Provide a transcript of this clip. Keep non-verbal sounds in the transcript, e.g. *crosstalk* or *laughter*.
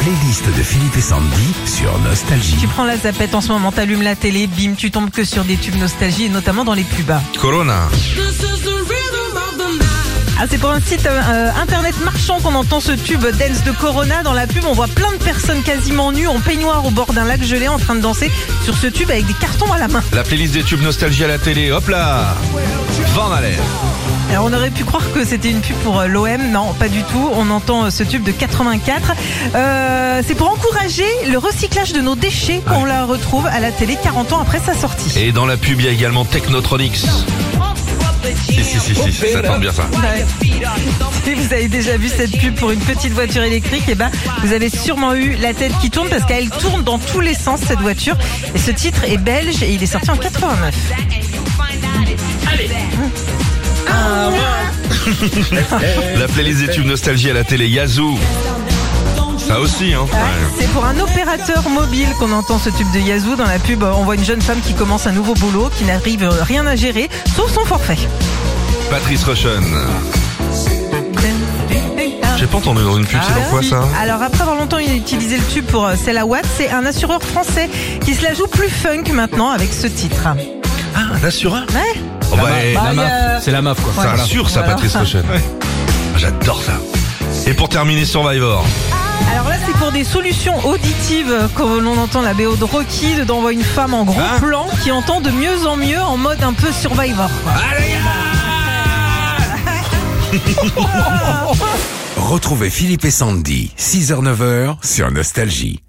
playlist de Philippe et Sandy sur Nostalgie. Tu prends la zapette en ce moment, t'allumes la télé, bim, tu tombes que sur des tubes nostalgie et notamment dans les plus bas. Corona. Ah, c'est pour un site euh, euh, internet marchand qu'on entend ce tube dance de Corona. Dans la pub, on voit plein de personnes quasiment nues en peignoir au bord d'un lac gelé en train de danser sur ce tube avec des cartons à la main. La playlist des tubes nostalgie à la télé. Hop là Van Halen. Alors, on aurait pu croire que c'était une pub pour euh, l'OM. Non, pas du tout. On entend euh, ce tube de 84. Euh, c'est pour encourager le recyclage de nos déchets qu'on la retrouve à la télé 40 ans après sa sortie. Et dans la pub, il y a également Technotronics. Si, si, si, si, ça tombe bien ça. Ouais. Si vous avez déjà vu cette pub pour une petite voiture électrique, et ben, vous avez sûrement eu la tête qui tourne parce qu'elle tourne dans tous les sens cette voiture. Et ce titre est belge et il est sorti en 89. La playlist des tubes nostalgie à la télé. Yazoo. Ça aussi, hein. Ouais, Ouais. C'est pour un opérateur mobile qu'on entend ce tube de Yazoo. Dans la pub, on voit une jeune femme qui commence un nouveau boulot, qui n'arrive rien à gérer, sauf son forfait. Patrice Rochon. J'ai pas entendu dans une pub, Ah c'est dans quoi ça Alors après avoir longtemps utilisé le tube pour euh, C'est la Watt, c'est un assureur français qui se la joue plus funk maintenant avec ce titre. Ah, un assureur Ouais. Oh, bah, eh, Bah, la il y maf. a- C'est la MAF quoi. C'est un sûr, ça, Voilà. Patrice *laughs* Rochon. J'adore ça. Et pour terminer, Survivor. Alors là, c'est pour des solutions auditives quand on entend la BO de Rocky, dedans on voit une femme en gros Hein plan qui entend de mieux en mieux en mode un peu survivor. quoi. Retrouvez Philippe et Sandy, 6h-9h sur Nostalgie.